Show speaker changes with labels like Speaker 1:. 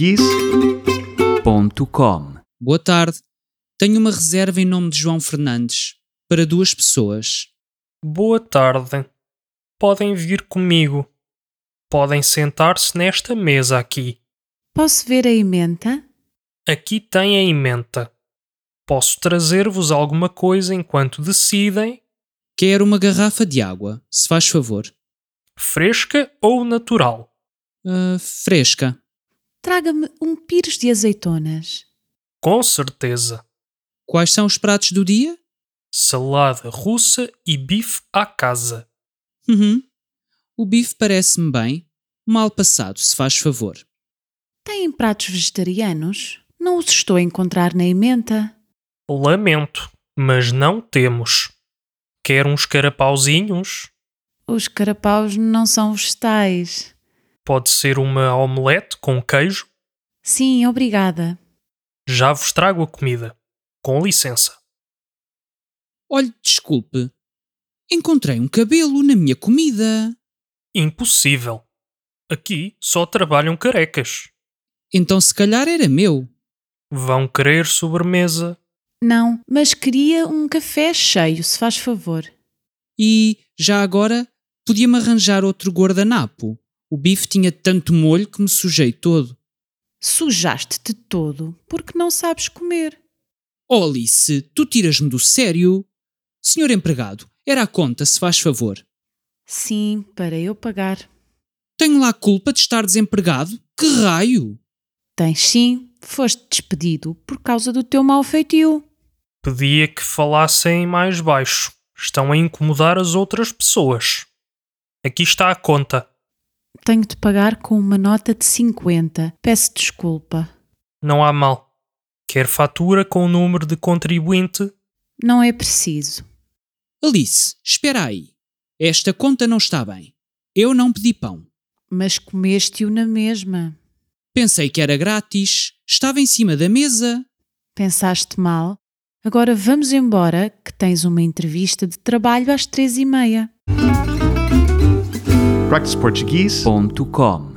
Speaker 1: practiceportuguese.com.
Speaker 2: Boa tarde. Tenho uma reserva em nome de João Fernandes para duas pessoas.
Speaker 3: Boa tarde. Podem vir comigo. Podem sentar-se nesta mesa aqui.
Speaker 4: Posso ver a emenda?
Speaker 3: Aqui tem a emenda. Posso trazer-vos alguma coisa enquanto decidem,
Speaker 2: Quero uma garrafa de água, se faz favor.
Speaker 3: fresca ou natural.
Speaker 2: Ah, fresca.
Speaker 4: Traga-me um pires de azeitonas.
Speaker 3: Com certeza.
Speaker 2: Quais são os pratos do dia?
Speaker 3: Salada russa e bife à casa.
Speaker 2: Uhum. O bife parece-me bem. Mal passado, se faz favor.
Speaker 4: Têm pratos vegetarianos? Não os estou a encontrar na emenda.
Speaker 3: Lamento, mas não temos. Quer uns carapauzinhos?
Speaker 4: Os carapaus não são vegetais.
Speaker 3: Pode ser uma omelete com queijo?
Speaker 4: Sim, obrigada.
Speaker 3: Já vos trago a comida. Com licença.
Speaker 2: Olhe, desculpe. Encontrei um cabelo na minha comida.
Speaker 3: Impossível. Aqui só trabalham carecas.
Speaker 2: Então, se calhar era meu.
Speaker 3: Vão querer sobremesa?
Speaker 4: Não, mas queria um café cheio, se faz favor.
Speaker 2: E, já agora, podia-me arranjar outro guardanapo. O bife tinha tanto molho que me sujei todo.
Speaker 4: Sujaste-te todo porque não sabes comer.
Speaker 2: Olice, tu tiras-me do sério? Senhor empregado, era a conta, se faz favor.
Speaker 4: Sim, para eu pagar.
Speaker 2: Tenho lá culpa de estar desempregado? Que raio!
Speaker 4: Tens sim, foste despedido por causa do teu mau feitio.
Speaker 3: Pedia que falassem mais baixo. Estão a incomodar as outras pessoas. Aqui está a conta.
Speaker 4: Tenho de pagar com uma nota de 50. Peço desculpa.
Speaker 3: Não há mal. Quer fatura com o número de contribuinte?
Speaker 4: Não é preciso.
Speaker 2: Alice, espera aí. Esta conta não está bem. Eu não pedi pão.
Speaker 4: Mas comeste-o na mesma.
Speaker 2: Pensei que era grátis. Estava em cima da mesa.
Speaker 4: Pensaste mal? Agora vamos embora, que tens uma entrevista de trabalho às três e meia.
Speaker 1: practiceportuguese.com.